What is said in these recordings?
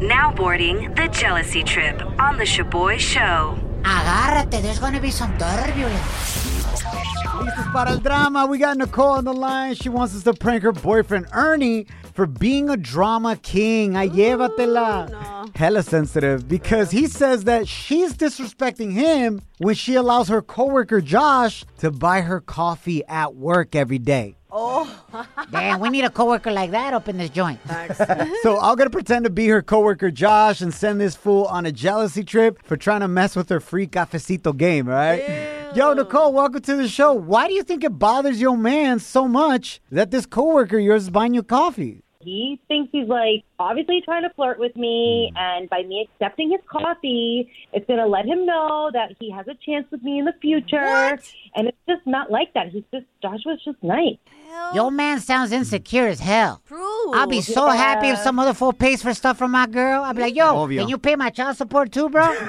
Now boarding the jealousy trip on the Shaboy Show. Agárrate, there's gonna be some turbulence. Listos para el drama. We got Nicole on the line. She wants us to prank her boyfriend Ernie for being a drama king. Ay, llévatela. no. Hella sensitive because he says that she's disrespecting him when she allows her coworker Josh to buy her coffee at work every day. Damn, we need a coworker like that up in this joint. So I'm gonna pretend to be her coworker Josh and send this fool on a jealousy trip for trying to mess with her free cafecito game, all right? Yo, Nicole, welcome to the show. Why do you think it bothers your man so much that this coworker of yours is buying you coffee? he thinks he's like obviously trying to flirt with me and by me accepting his coffee it's going to let him know that he has a chance with me in the future and it's just not like that he's just joshua's just nice Your man sounds insecure as hell. True. I'll be so happy if some other fool pays for stuff from my girl. I'll be like, yo, Obvio. can you pay my child support too, bro?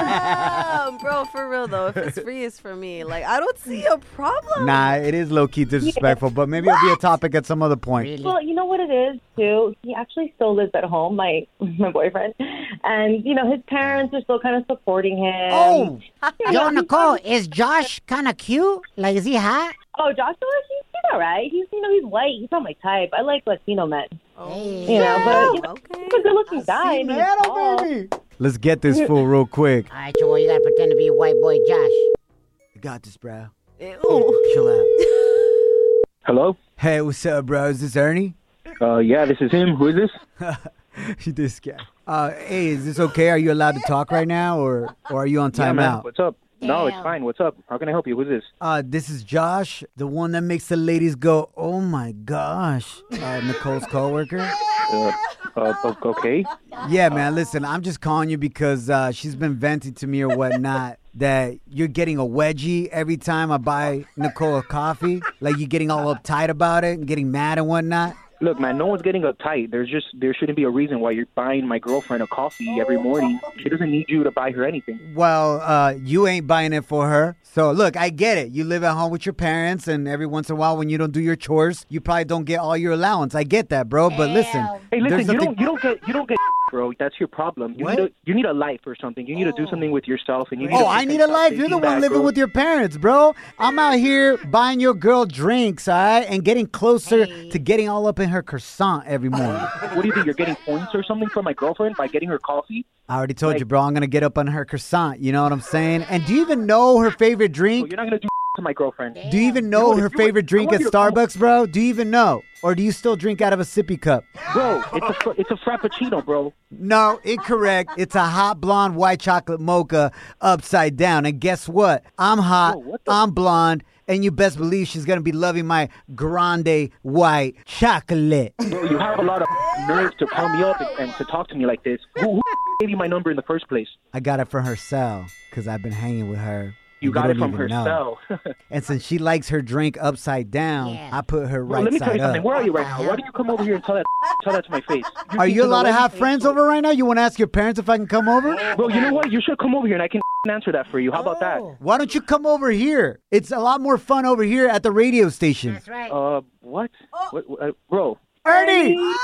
Damn, bro, for real though, if it's free, it's for me. Like, I don't see a problem. Nah, it is low key disrespectful, but maybe it'll be a topic at some other point. well you know what it is too he actually still lives at home my my boyfriend and you know his parents are still kind of supporting him Oh, yo, Nicole, is Josh kind of cute? Like, is he hot? oh joshua he's, he's all right he's you know he's white he's not my type i like latino men Hey. you know but you know, Okay. he's a good looking guy and he's tall. Seattle, oh, baby. Let's get this fool real quick. All right, your boy, you gotta pretend to be white boy Josh. You got this, bro. Ew. Chill out. Hello? Hey, what's up, bro? Is this Ernie? Uh, yeah, this is him. Who is this? this guy. Uh, hey, is this okay? Are you allowed to talk right now, or or are you on yeah, timeout? man. What's up? No, it's Damn. fine. What's up? How can I help you? Who's this? Uh, this is Josh, the one that makes the ladies go, "Oh my gosh!" Uh, Nicole's coworker. Uh, uh, o- okay. Yeah, man. Listen, I'm just calling you because uh, she's been venting to me or whatnot that you're getting a wedgie every time I buy Nicole a coffee. Like you're getting all uptight about it and getting mad and whatnot. Look, man, no one's getting uptight. There's just there shouldn't be a reason why you're buying my girlfriend a coffee every morning. She doesn't need you to buy her anything. Well, uh, you ain't buying it for her. So look, I get it. You live at home with your parents, and every once in a while, when you don't do your chores, you probably don't get all your allowance. I get that, bro. But listen, Hey, there's listen, you nothing- don't you don't get you don't get bro. That's your problem. You What? need a, you need a life or something. You need to do something with yourself and you need Oh, to I think need a about life. You're the taking one back, living bro. with your parents, bro. I'm out here buying your girl drinks, all right, and getting closer to getting all up in her croissant every morning. What do you think? You're getting points or something from my girlfriend by getting her coffee? I already told you, bro. I'm gonna get up on her croissant. You know what I'm saying? And do you even know her favorite Well, drink? you're not gonna do to my girlfriend. Do you even know Dude, if her you were- favorite drink I at want you to come- Starbucks, bro? Do you even know, or do you still drink out of a sippy cup? Bro, it's a fr- it's a frappuccino, bro. No, incorrect. It's a hot blonde white chocolate mocha upside down. And guess what? I'm hot, Whoa, what the- I'm blonde, and you best believe she's going to be loving my grande white chocolate. Bro, you have a lot of nerve to call me up and, and to talk to me like this. Who, who gave you my number in the first place? I got it from her cell because I've been hanging with her. You and got it don't even from her know. cell. And since she likes her drink upside down, Yeah. I put her Bro, right let me tell side you something. up. Where are you right now? Why don't you come over here and tell that tell that to my face? Are you teaching allowed to the have lady- friends over right now? You want to ask your parents if I can come over? Bro, you know what? You should come over here and I can answer that for you. How about that? Why don't you come over here? It's a lot more fun over here at the radio station. That's right. Oh. Uh, what? what what- uh, bro, Ernie! Ah!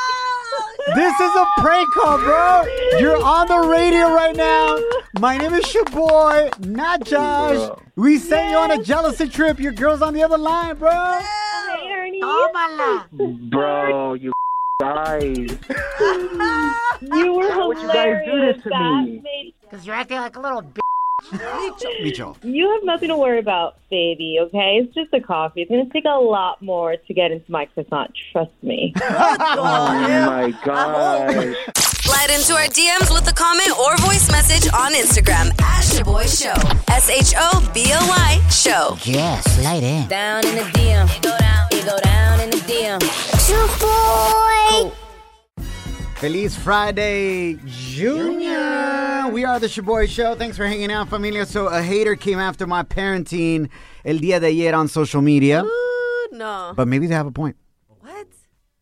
This is a prank call, bro. You're on the radio right now. My name is your boy, not Josh. Bro. We sent you on a jealousy trip. Your girl's on the other line, bro. Hey, Ernie. Oh, Tómala. bro, you guys. You were Why would you guys hilarious. do this to That me? made- Because you're acting like a little bitch. Micho. you have nothing to worry about, baby, okay? It's just a coffee. It's going to take a lot more to get into my croissant. Trust me. Oh my gosh. Slide into our DMs with a comment or voice message on Instagram at Shaboy Show. S H O B O Y Show. Yes, slide in. Down in the DM. It go down. It go down in the DM. Feliz Friday, Junior. We are the Shaboy Show. Thanks for hanging out, familia. So, a hater came after my parenting el día de ayer on social media, Ooh, no. but maybe they have a point. What?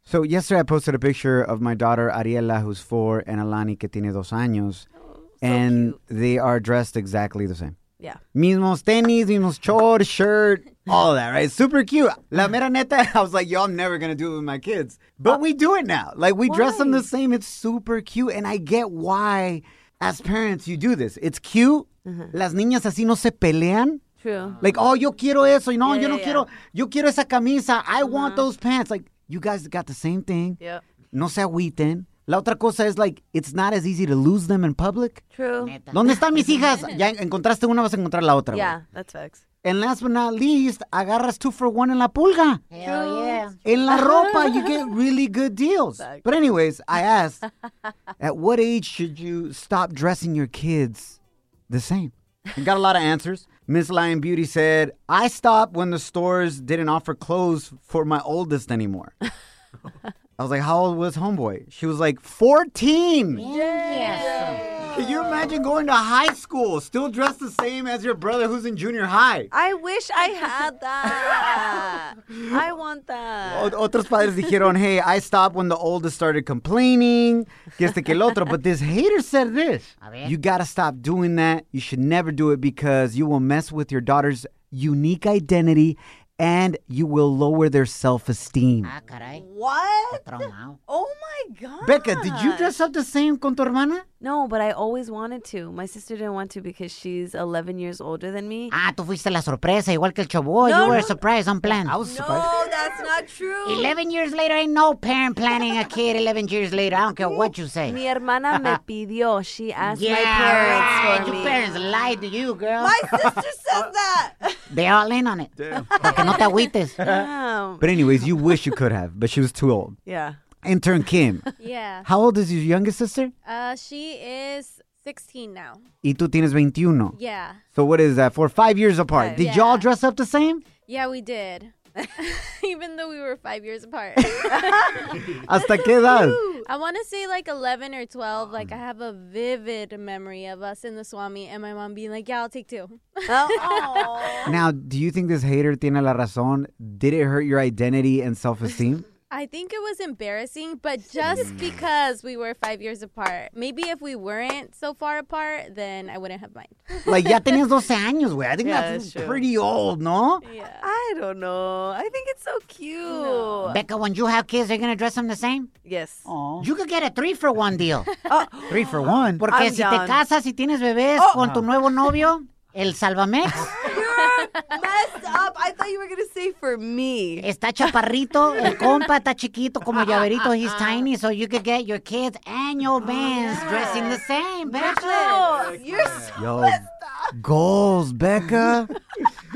So yesterday I posted a picture of my daughter Ariela, who's four, and Alani, que tiene dos años, Oh, and they are dressed exactly the same. Yeah. Mismos tenis, mismos shorts, shirt, all that, right? Super cute. La mera neta, I was like, yo, I'm never gonna do it with my kids, but we do it now. Like we dress them the same. It's super cute, and I get why, as parents, you do this. It's cute. Uh-huh. Las niñas así no se pelean. True. Like, oh, yo quiero eso. No, Yeah, yo no yeah, quiero. Yo quiero esa camisa. I want those pants. Like, you guys got the same thing. Yep. No se agüiten. La otra cosa es, like, it's not as easy to lose them in public. True. ¿Dónde están mis hijas? Ya en- encontraste una, vas a encontrar la otra. güey. Yeah, that's facts. And last but not least, agarras two for one en la pulga. Hell yeah. In la ropa, you get really good deals. But anyways, I asked, at what age should you stop dressing your kids the same? I got a lot of answers. Miss Lion Beauty said, I stopped when the stores didn't offer clothes for my oldest anymore. I was like, how old was homeboy? She was like, 14. Can you imagine going to high school, still dressed the same as your brother who's in junior high? I wish I had that. I want that. O- Otros padres dijeron, hey, I stopped when the oldest started complaining. Que este que el otro. But this hater said this. You gotta stop doing that. You should never do it because you will mess with your daughter's unique identity and you will lower their self esteem. Ah, caray. What? Traumado. Oh my god. Becca, did you dress up the same con tu hermana? No, but I always wanted to. My sister didn't want to because she's 11 years older than me. Ah, tú fuiste la sorpresa, igual que el choboy. No, you were no. surprised on plan. I was surprised. No, Oh, that's not true. 11 years later, ain't no parent planning a kid 11 years later. I don't care what you say. Mi hermana me pidió. She asked yeah, my parents right. for me. Your parents lied to you, girl. My sister says that. They all in on it. Pa' que no te agüites. Damn. But, anyways, you wish you could have, but she was too old. Um, Yeah. Intern Kim, Yeah. how old is your youngest sister? Uh, she is 16 now. Y tú tienes 21. Yeah. So, what is that? For five years apart. Did y'all dress up the same? Yeah, we did. Even though we were five years apart. Hasta qué edad? I want to say like 11 or 12. Like, I have a vivid memory of us in the Swami and my mom being like, yeah, I'll take two. Now, do you think this hater tiene la razón? Did it hurt your identity and self esteem? I think it was embarrassing, but just because we were five years apart. Maybe if we weren't so far apart, then I wouldn't have mine. like, ya tenías 12 años, güey. I think Yeah, that's, that's true. pretty old, no? I don't know. I think it's so cute. Becca, when you have kids, are you going to dress them the same? Yes. You could get a three for one deal. Three for one. Porque I'm Oh. si down. te casas y tienes bebés con tu nuevo novio, el Salvamex Messed up. I thought you were going to say for me. está chaparrito, el compa está chiquito como llaverito, he's tiny, so you could get your kids and your bands dressing the same, bitch. You're so Yo, goals, Becca.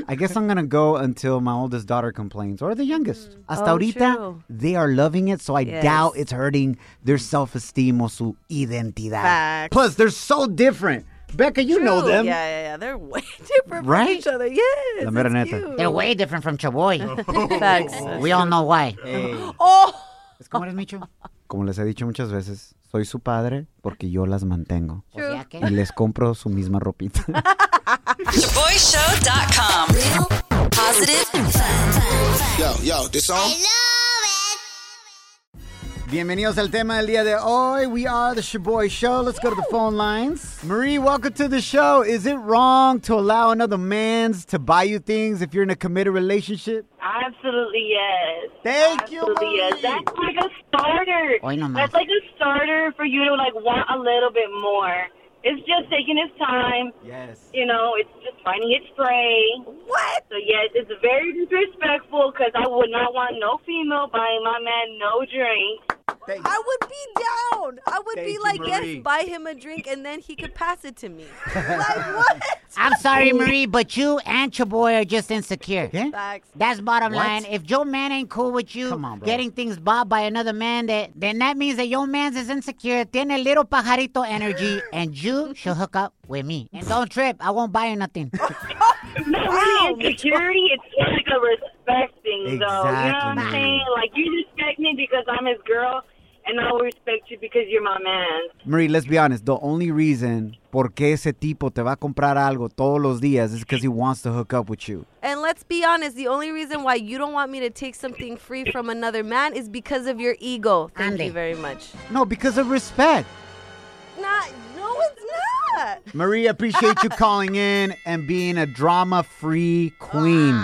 I guess I'm going to go until my oldest daughter complains, or the youngest. Hasta Oh, ahorita, true. they are loving it, so I doubt Yes. it's hurting their self esteem or su identidad. Facts. Plus, they're so different. Becca, you know True. them. Yeah, yeah, yeah. They're way different from Right? each other. Yes. La mera it's neta. cute. They're way different from Chaboy. Facts. We all know why. Oh. ¿Es como eres, Micho? Como les he dicho muchas veces, soy su padre porque yo las mantengo. O sea que... y les compro su misma ropita. ShaboyShow.com. Real, positive, fun. Bienvenidos al tema del día de hoy. We are the Shaboy Show. Let's go to the phone lines. Marie, welcome to the show. Is it wrong to allow another man's to buy you things if you're in a committed relationship? Absolutely yes. Thank Absolutely you, Marie. yes. That's like a starter. Hoy nomás. That's like a starter for you to like want a little bit more. It's just taking its time. Yes. You know, it's just finding its prey. What? So yes, it's very disrespectful because I would not want no female buying my man no drink. Thank I would be down. I would Thank be you, like, Marie. yes, buy him a drink and then he could pass it to me. like, what? I'm sorry, Marie, but you and Chaboy are just insecure. ¿Qué? Facts. That's bottom What? line. If your man ain't cool with you Come on, bro. getting things bought by another man, that then that means that your man's is insecure, tiene little pajarito energy, and you should hook up with me. And don't trip. I won't buy you nothing. Not Wow. really insecurity. It's more like a respect thing, though. You know what Exactly. I'm saying? Like you respect me because I'm his girl, and I'll respect you because you're my man. Marie, let's be honest. The only reason por qué ese tipo te va a comprar algo todos los días is because he wants to hook up with you. And let's be honest, the only reason why you don't want me to take something free from another man is because of your ego. Thank you very much. No, because of respect. Not, no, it's not. Marie, appreciate you calling in and being a drama free queen.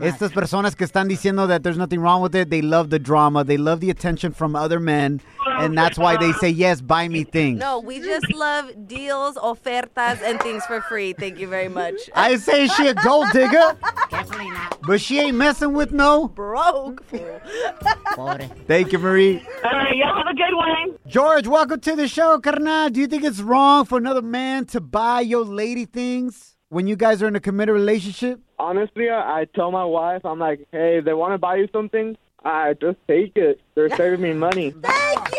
Estas personas que están diciendo that there's nothing wrong with it, they love the drama, they love the attention from other men, and that's why they say, yes, buy me things. No, we just love deals, ofertas, and things for free. Thank you very much. I didn't say she a gold digger. But she ain't messing with no. Broke. fool. Thank you, Marie. All right, y'all have a good one. George, welcome to the show, carnal. Do you think it's wrong for another man to buy your lady things when you guys are in a committed relationship? Honestly, I I tell my wife, I'm like, hey, if they want to buy you something, I just take it. They're saving me money. Bravo.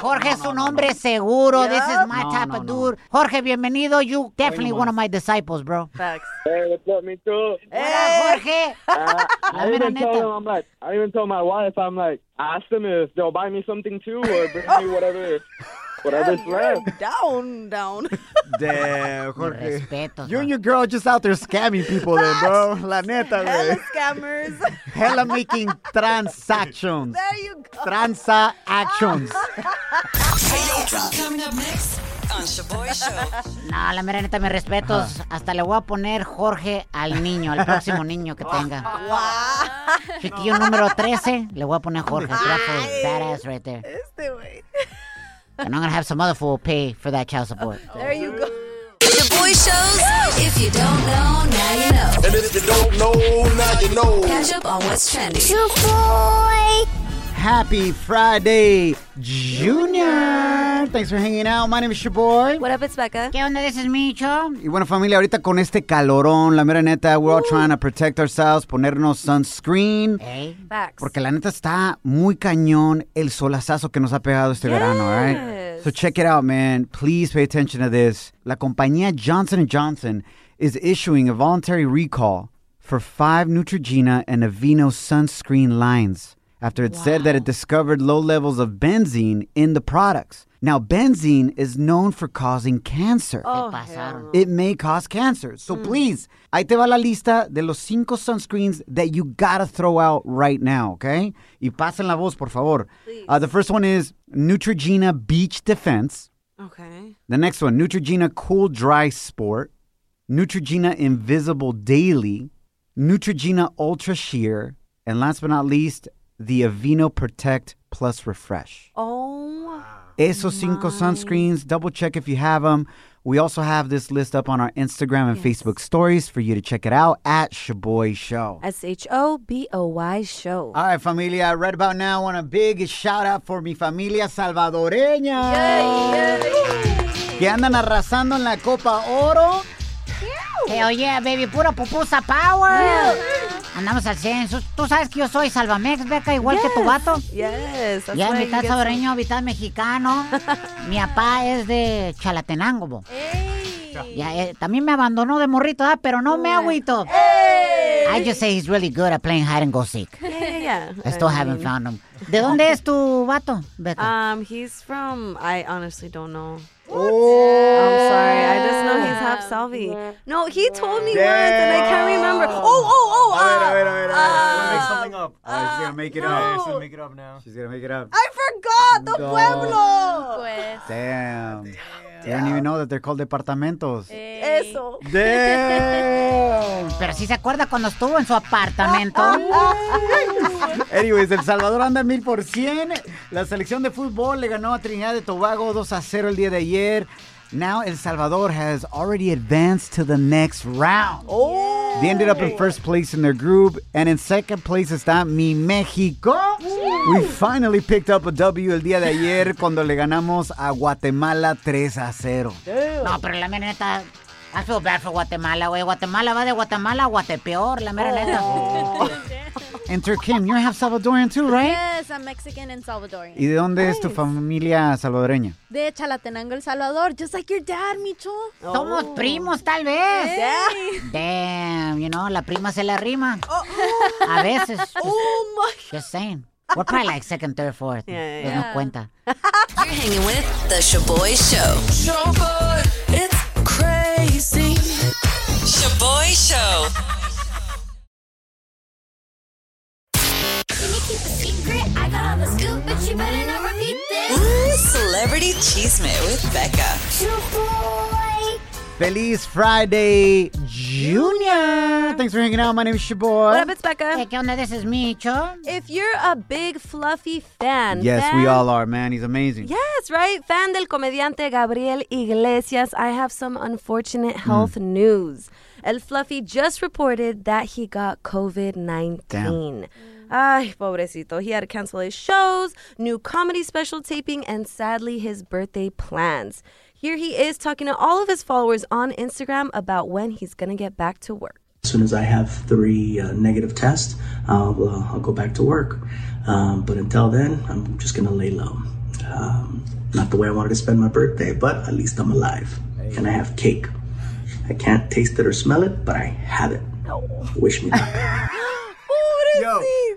Jorge es un hombre seguro. This is my type of dude. Jorge, bienvenido. You definitely one of my disciples, bro. Facts. Eh. Hey, Eh, what's up, me too? Ah, Jorge. I, I mera even tell neta. them, I'm like, I even tell my wife, I'm like, I ask them if they'll buy me something too or bring me whatever, whatever's left. down, down. Damn, Jorge. Respeto. You and your girl just out there scamming people, then, bro. La neta, Hella güey. scammers. Hella making transactions. There you go. Transactions. Coming up next on Shaboy Show. No, la mera neta, mis respetos. Hasta le voy a poner Jorge al niño, al próximo niño que tenga. Chiquillo número 13, le voy a poner Jorge. That fool is badass right there. Este güey. And I'm gonna have some other fool pay for that child support. There you go. The Boy Shows. If you don't know, now you know. And if you don't know, now you know. Catch up on what's trending. Happy Friday, Junior. Thanks for hanging out. My name is your boy. What up, it's Becca. ¿Qué onda? This is Micho. Y bueno, familia, ahorita con este calorón, la mera neta, we're all trying to protect ourselves, ponernos sunscreen. Hey. Facts. Porque la neta está muy cañón el solazazo que nos ha pegado este verano, all right? Yes. So check it out, man. Please pay attention to this. La compañía Johnson Johnson is issuing a voluntary recall for five Neutrogena and Aveeno sunscreen lines after it said that it discovered low levels of benzene in the products. Now, benzene is known for causing cancer. Oh, pasaron. It may cause cancer. So please, ahí te va la lista de los cinco sunscreens that you gotta throw out right now, okay? Y pasen la voz, por favor. Uh, the first one is Neutrogena Beach Defense. Okay. The next one, Neutrogena Cool Dry Sport. Neutrogena Invisible Daily. Neutrogena Ultra Sheer. And last but not least, the Aveeno Protect Plus Refresh. Oh. Esos cinco sunscreens. Double check if you have them. We also have this list up on our Instagram and Facebook stories for you to check it out at Shaboy Show. S H O B O Y show. All right, familia. Right about now, I want a big shout out for mi familia salvadoreña. Que andan arrasando en la Copa Oro. Hey, oye, baby, puro pupusa power. Andamos al 100. Sus- Tú sabes que yo soy Salvamex, Beca, igual que tu vato. Yes. That's Ya why you mitad get saboreño, mitad mexicano. Mi papá es de Chalatenango. bo. Ya, eh, también me abandonó de morrito, ah, pero no me agüito. I just say he's really good at playing hide and go seek. some- Yeah, yeah, yeah. I still haven't found him. ¿De dónde es tu vato, Beca? Um, he's from. I honestly don't know. Oh, I'm sorry. I just know he's half Salvi. No, he told me once, and I can't remember. Oh, oh, oh. Uh, up. she's gonna make it no. up. She's gonna make it up now. She's gonna make it up. I forgot the No. pueblo. Pues, Damn. I don't even know that they're called departamentos. Eso. Damn. Pero sí se acuerda cuando estuvo en su apartamento. Ah, Anyways, El Salvador anda mil por cien. La selección de fútbol le ganó a Trinidad de Tobago 2 a 0 el día de ayer. Now El Salvador has already advanced to the next round. Oh. They ended up in first place in their group, and in second place está Mi México. We finally picked up a W el día de ayer cuando le ganamos a Guatemala 3 a 0. No, pero la mera neta. I feel bad for Guatemala, güey. Guatemala va de Guatemala a Guatepeor, la mera neta. Enter Kim, you have Salvadorian too, right? yes, I'm Mexican and Salvadorian. ¿Y de dónde es tu familia salvadoreña? De Chalatenango, El Salvador, just like your dad, Micho. Somos primos, tal vez. Damn, you know, la prima se la rima. A veces. Just, Oh my. just saying. We're probably like second, third, fourth. Yeah, yeah, yeah. no cuenta. You're hanging with the Shaboy Show. Shaboy, it's crazy. Shaboy Show. Ooh, Celebrity Cheesemate with Becca. Feliz Friday, Junior. Thanks for hanging out. My name is Shabor. What up, it's Becca. Hey, Eh, ¿qué onda? This is Micho. If you're a big fluffy fan, Yes, fan, we all are, man. He's amazing. Yes, right? Fan del comediante Gabriel Iglesias, I have some unfortunate health news. El Fluffy just reported that he got COVID 19. Ay, pobrecito. He had to cancel his shows, new comedy special taping, and sadly, his birthday plans. Here he is talking to all of his followers on Instagram about when he's going to get back to work. As soon as I have three uh, negative tests, I'll, uh, I'll go back to work. Um, but until then, I'm just going to lay low. Um, not the way I wanted to spend my birthday, but at least I'm alive. And I have cake. I can't taste it or smell it, but I have it. Wish me luck.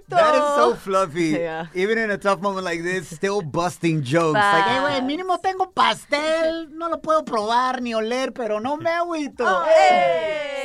That is so fluffy. Even in a tough moment like this, still busting jokes. Like, hey, wait, mínimo tengo pastel. No lo puedo probar ni oler, pero no me agüito. Oh,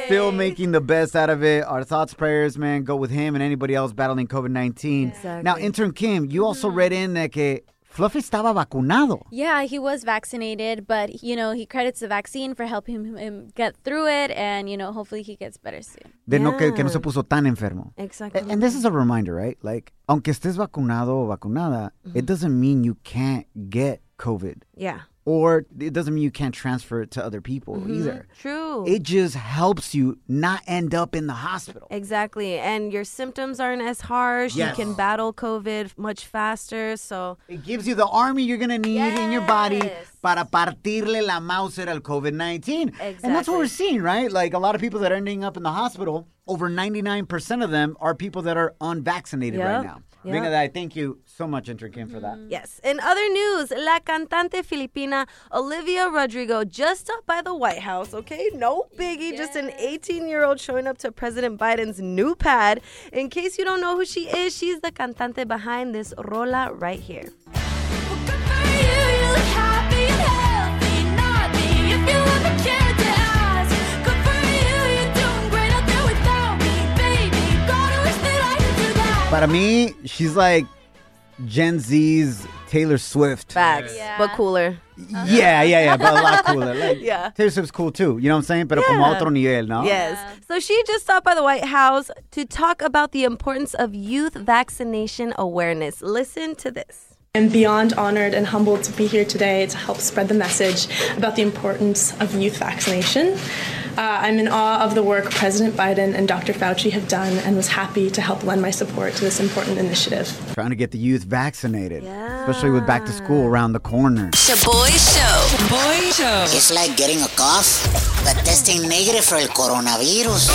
still making the best out of it. Our thoughts, prayers, man, go with him and anybody else battling COVID 19. Now, intern Kim, you also Mm-hmm. read in that que Fluffy estaba vacunado. Yeah, he was vaccinated, but you know he credits the vaccine for helping him- him get through it, and you know hopefully he gets better soon. De no que, que no se puso tan enfermo. Exactly. And this is a reminder, right? Like, aunque estés vacunado o vacunada, Mm-hmm. it doesn't mean you can't get COVID. Yeah. Or it doesn't mean you can't transfer it to other people either. Mm-hmm. True. It just helps you not end up in the hospital. Exactly. And your symptoms aren't as harsh. Yes. You can battle COVID much faster. So it gives you the army you're going to need in your body para partirle la Mauser al COVID 19. And that's what we're seeing, right? Like a lot of people that are ending up in the hospital, over 99% of them are people that are unvaccinated right Yep. Yep. now. Mm-hmm. Think of that. Thank you so much, Intern Kim, for that. Yes. In other news, la cantante filipina Olivia Rodrigo just stopped by the White House, okay? No biggie, just an 18 year old showing up to President Biden's new pad. In case you don't know who she is, she's the cantante behind this rola right here. Para mí, she's like Gen Z's Taylor Swift. Facts, but cooler. Yeah, yeah, yeah, but a lot cooler. Like, Yeah. Taylor Swift's cool too, you know what I'm saying? Pero como Yeah. otro nivel, ¿no? Yes. So she just stopped by the White House to talk about the importance of youth vaccination awareness. Listen to this. I'm beyond honored and humbled to be here today to help spread the message about the importance of youth vaccination. Uh, I'm in awe of the work President Biden and Dr. Fauci have done and was happy to help lend my support to this important initiative. Trying to get the youth vaccinated, especially with back to school around the corner. Shaboy Show. Shaboy Show. It's like getting a cough, but testing negative for el coronavirus.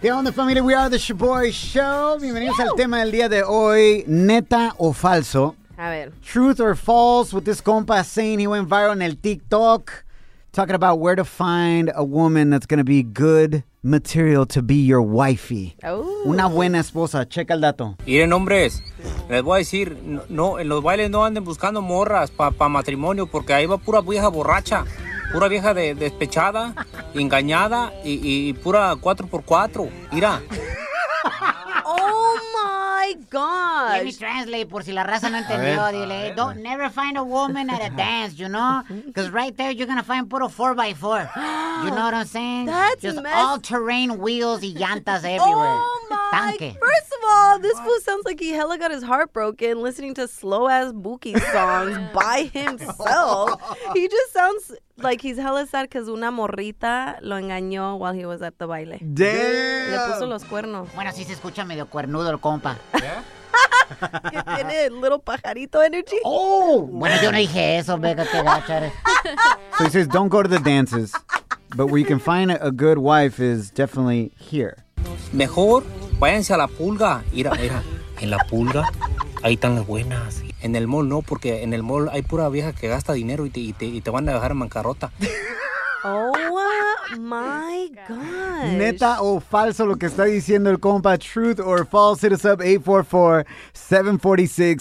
¿Qué onda familia? We are the Shaboy Show. Bienvenidos al tema del día de hoy, neta o falso. A ver. Truth or false with this compa saying he went viral on el TikTok. Talking about where to find a woman that's going to be good material to be your wifey. Oh. Una buena esposa. Checa el dato. Miren, hombres, les voy a decir, no- no, en los bailes no anden buscando morras para matrimonio, porque ahí va pura vieja borracha, pura vieja de- despechada, engañada y, y pura 4x4. Mira. Oh my God. Let me translate por si la raza no entendió. ver. Dile, don't never find a woman at a dance, you know? Because right there you're going to find puro 4x4. You know what I'm saying? That's Just messed- all-terrain wheels y llantas everywhere. Oh my! Tanque. First of all, this fool sounds like he hella got his heart broken listening to slow ass Buki songs by himself. He just sounds like he's hella sad because una morrita lo engañó while he was at the baile. Damn. Le puso los cuernos. Bueno, sí se escucha medio cuernudo el compa. ¿Qué tiene? Little pajarito energy. Oh. Bueno, yo no dije eso, Becca, qué gacha eres. So he says, don't go to the dances, but where you can find a a good wife is definitely here. Mejor váyanse a la pulga. Mira, mira, en la pulga ahí están las buenas. En el mall no, porque en el mall hay pura vieja que gasta dinero y te, y te, y te van a dejar en bancarrota. Oh, My God. Neta o falso lo que está diciendo el compa. Truth or false. Hit us up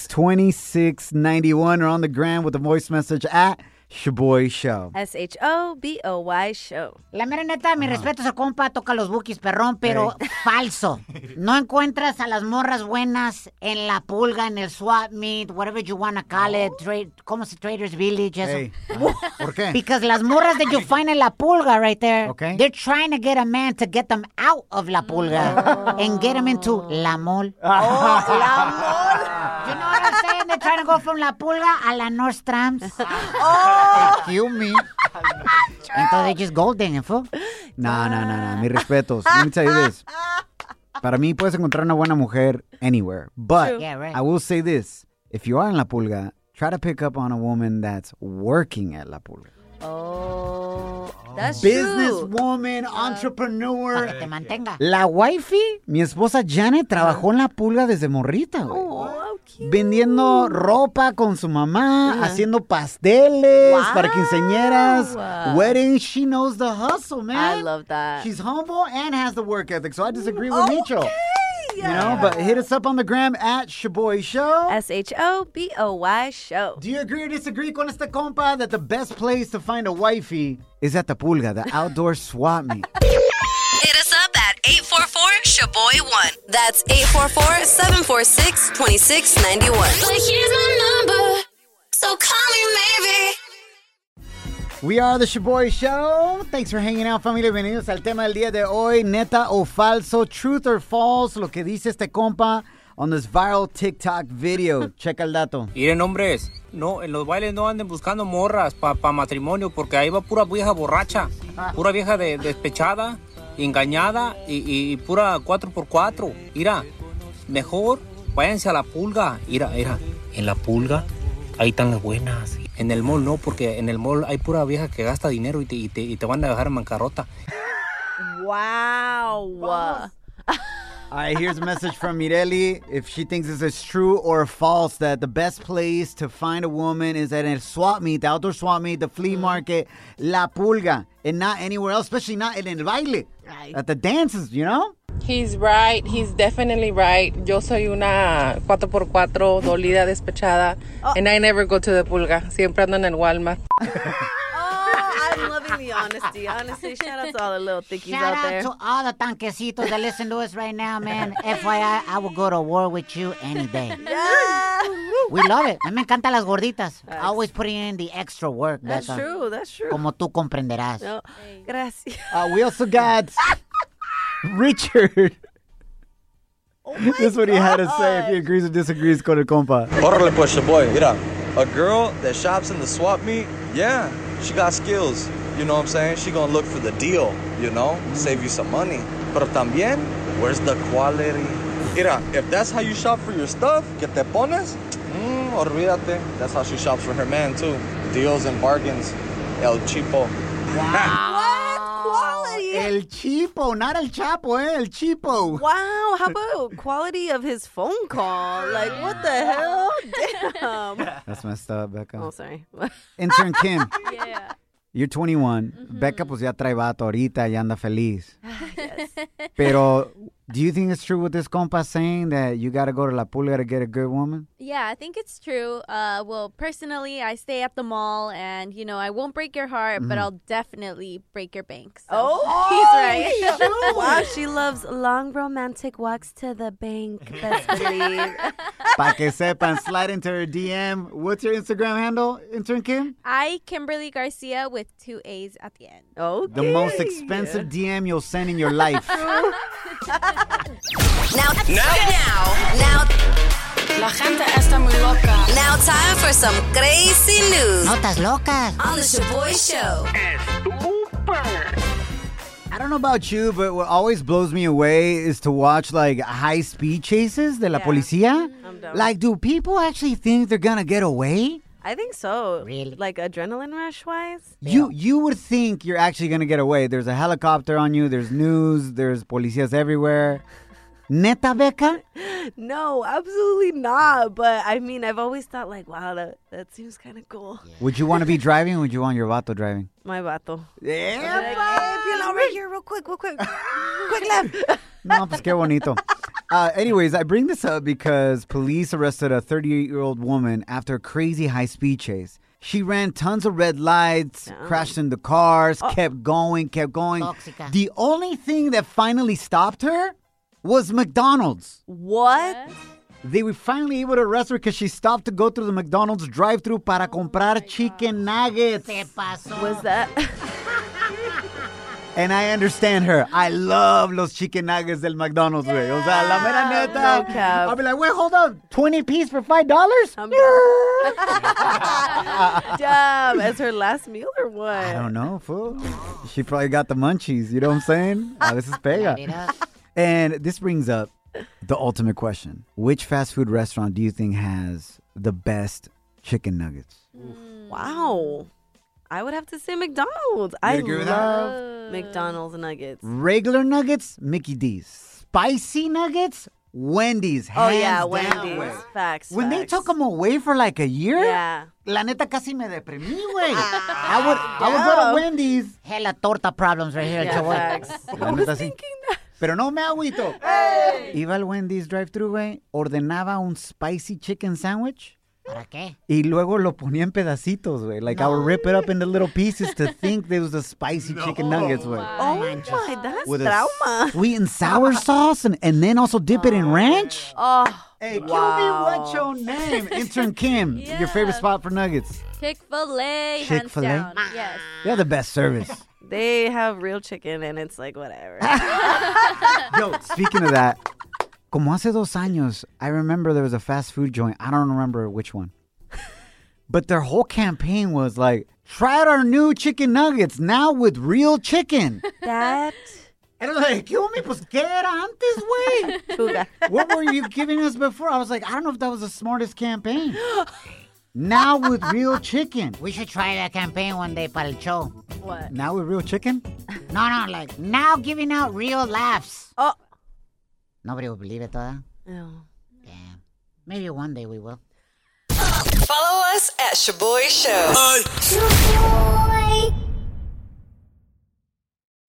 844-746-2691 or on the gram with a voice message at Shaboy Show. S-H-O-B-O-Y Show. La mera neta, mi respeto se compa, toca los bookies, perrón, pero falso. No encuentras a las morras buenas en la pulga, en el swap meet, whatever you wanna call it, trade, ¿cómo se Traders Village, eso. Hey, ¿Por qué? Because las morras that you find en la pulga right there, they're trying to get a man to get them out of la pulga and get them into la mol. You know what I'm saying? They're trying to go from la pulga a la Nordstrom's. Kill me. Entonces, just golden, ¿eh, fool. No, no, no, no. Mis respetos. Let me tell you this. Para mí puedes encontrar una buena mujer anywhere. But True. Yeah, right. I will say this. If you are en La Pulga, try to pick up on a woman that's working at La Pulga. Oh, that's true. Businesswoman, entrepreneur. que te mantenga. La wifey, mi esposa Janet, trabajó en La Pulga desde morrita, güey. Oh, Vendiendo ropa con su mamá, haciendo pasteles para quinceañeras, weddings. She knows the hustle, man. I love that. She's humble and has the work ethic, so I disagree with Micho. You know, but hit us up on the gram at Shaboy Show. S H O B O Y Show. Do you agree or disagree con este compa that the best place to find a wifey is at the Pulga, the outdoor swap meet? Hit us up at 844-SHABOY1. That's 844-746-2691. here's my number, so call me maybe. We are the Shaboy Show. Thanks for hanging out, familia. Bienvenidos al tema del día de hoy. Neta o falso, truth or false, lo que dice este compa on this viral TikTok video. Checa el dato. Miren, hombres, no, en los bailes no anden buscando morras para matrimonio, porque ahí va pura vieja borracha, pura vieja de- despechada, engañada y, y- y pura 4x4. Mira, mejor váyanse a la pulga. Mira, mira, en la pulga ahí están las buenas. En el mall no, porque en el mall hay pura vieja que gasta dinero y te, y te- y te van a dejar en bancarrota. Wow. All right, here's a message from Mireli. If she thinks this is true or false, that the best place to find a woman is at a swap meet, the outdoor swap meet, the flea market, La Pulga, and not anywhere else, especially not in el baile, at the dances, you know? He's right, he's definitely right. Yo soy una 4x4 dolida, despechada. Oh. And I never go to the pulga. Siempre ando en el Walmart. I'm loving the honesty. Honestly, shout out to all the little thickies Shout out out there. to all the tanquecitos that listen to us right now, man. FYI, I will go to war with you any day. We love it. A mí me encantan las gorditas. Always putting in the extra work, That's Becca. true. That's true. Como tú comprenderás. No, gracias. Uh, we also got Richard. This is what he had to say if he agrees or disagrees con el compa. Órale pues, Shaboy, mira. A girl that shops in the swap meet, yeah, she got skills. You know what I'm saying? She gonna look for the deal, you know? Mm-hmm. Save you some money. Pero también, where's the quality? Mira, if that's how you shop for your stuff, que te pones, mm, olvídate. That's how she shops for her man, too. Deals and bargains. El Chipo. Quality. El Chipo, not El Chapo, eh? El Chipo. Wow, how about quality of his phone call? Like, what the hell? Damn. That's messed up, Becca. Oh, sorry. Intern Kim. Yeah. You're 21. Becca pues ya trae vato ahorita, ya anda feliz. Pero, do you think it's true what this compa saying that you gotta go to La Pulga to get a good woman? Yeah, I think it's true. Uh, well, personally, I stay at the mall, and you know, I won't break your heart, but Mhm. I'll definitely break your bank. So Oh, he's right. wow, she loves long romantic walks to the bank. Best believe. Pa que sepan, slide into her DM. What's your Instagram handle, Intern Kim? I Kimberly Garcia with two A's at the end. Okay. The most expensive DM you'll send in your life. Now, now, now, La gente está muy loca. Now time for some crazy news. Notas locas. On the Shaboy Show. I don't know about you, but what always blows me away is to watch like high speed chases de la policía. Like, do people actually think they're gonna get away? I think so. Really? Like adrenaline rush wise? You you would think you're actually gonna get away. There's a helicopter on you. There's news. There's policías everywhere. Neta, Becca? No, absolutely not. But I mean, I've always thought like, wow, that, that seems kind of cool. Would you want to be driving or would you want your vato driving? My vato. Yeah, I'd be like, hey, Pilar, right here, real quick, real quick, quick left. No, pues qué bonito. Uh, anyways, I bring this up because police arrested a 38 year old woman after a crazy high speed chase. She ran tons of red lights, crashed into cars, kept going, kept going. Oh. Tóxica. The only thing that finally stopped her was McDonald's. What? They were finally able to arrest her because she stopped to go through the McDonald's drive through para comprar chicken nuggets. Oh Se pasó. Was that? And I understand her. I love los chicken nuggets del McDonald's, güey. O sea, la mera neta. No cap. I'll be like, wait, hold up. 20 piece for $5? Damn, as her last meal or what? I don't know, fool. She probably got the munchies. You know what I'm saying? Ah, this is pega. And this brings up the ultimate question: Which fast food restaurant do you think has the best chicken nuggets? Wow. I would have to say McDonald's. I agree with that? love McDonald's nuggets. Regular nuggets, Mickey D's. Spicy nuggets, Wendy's. Oh hands yeah, down, Wendy's. güey. Facts. When they facts. took them away for like a year, Yeah. la neta casi me deprimí, güey. Ah, I would, I would go to Wendy's. Hella torta pues, problems right here, Yeah, chaval. facts. La neta sí. Pero no me agüito. Iba al Wendy's drive-thru, güey, ordenaba un spicy chicken sandwich. ¿Para qué? Y luego lo ponía en pedacitos, güey. Like, I would rip it up into little pieces to think there was the spicy chicken nuggets, güey. Oh my, that's With a trauma. sweet and sour sauce and, and then also dip it in ranch? Oh, Hey, wow. give me what's your name? Intern Kim, your favorite spot for nuggets. Chick Fil A, hands Chick-fil-A? down. Yes. They're the best service. They have real chicken, and it's like whatever. Yo, speaking of that, como hace dos años, I remember there was a fast food joint. I don't remember which one. But their whole campaign was like, try out our new chicken nuggets now with real chicken. that And I was like, ¿qué homie? Pues, ¿qué era antes, güey? Fuga. What were you giving us before? I was like, I don't know if that was the smartest campaign. Now with real chicken. We should try that campaign one day para el show. What? Now with real chicken? No, no, like now giving out real laughs. Oh. Nobody will believe it, though. No. Damn. Maybe one day we will. Follow us at Shaboy Show.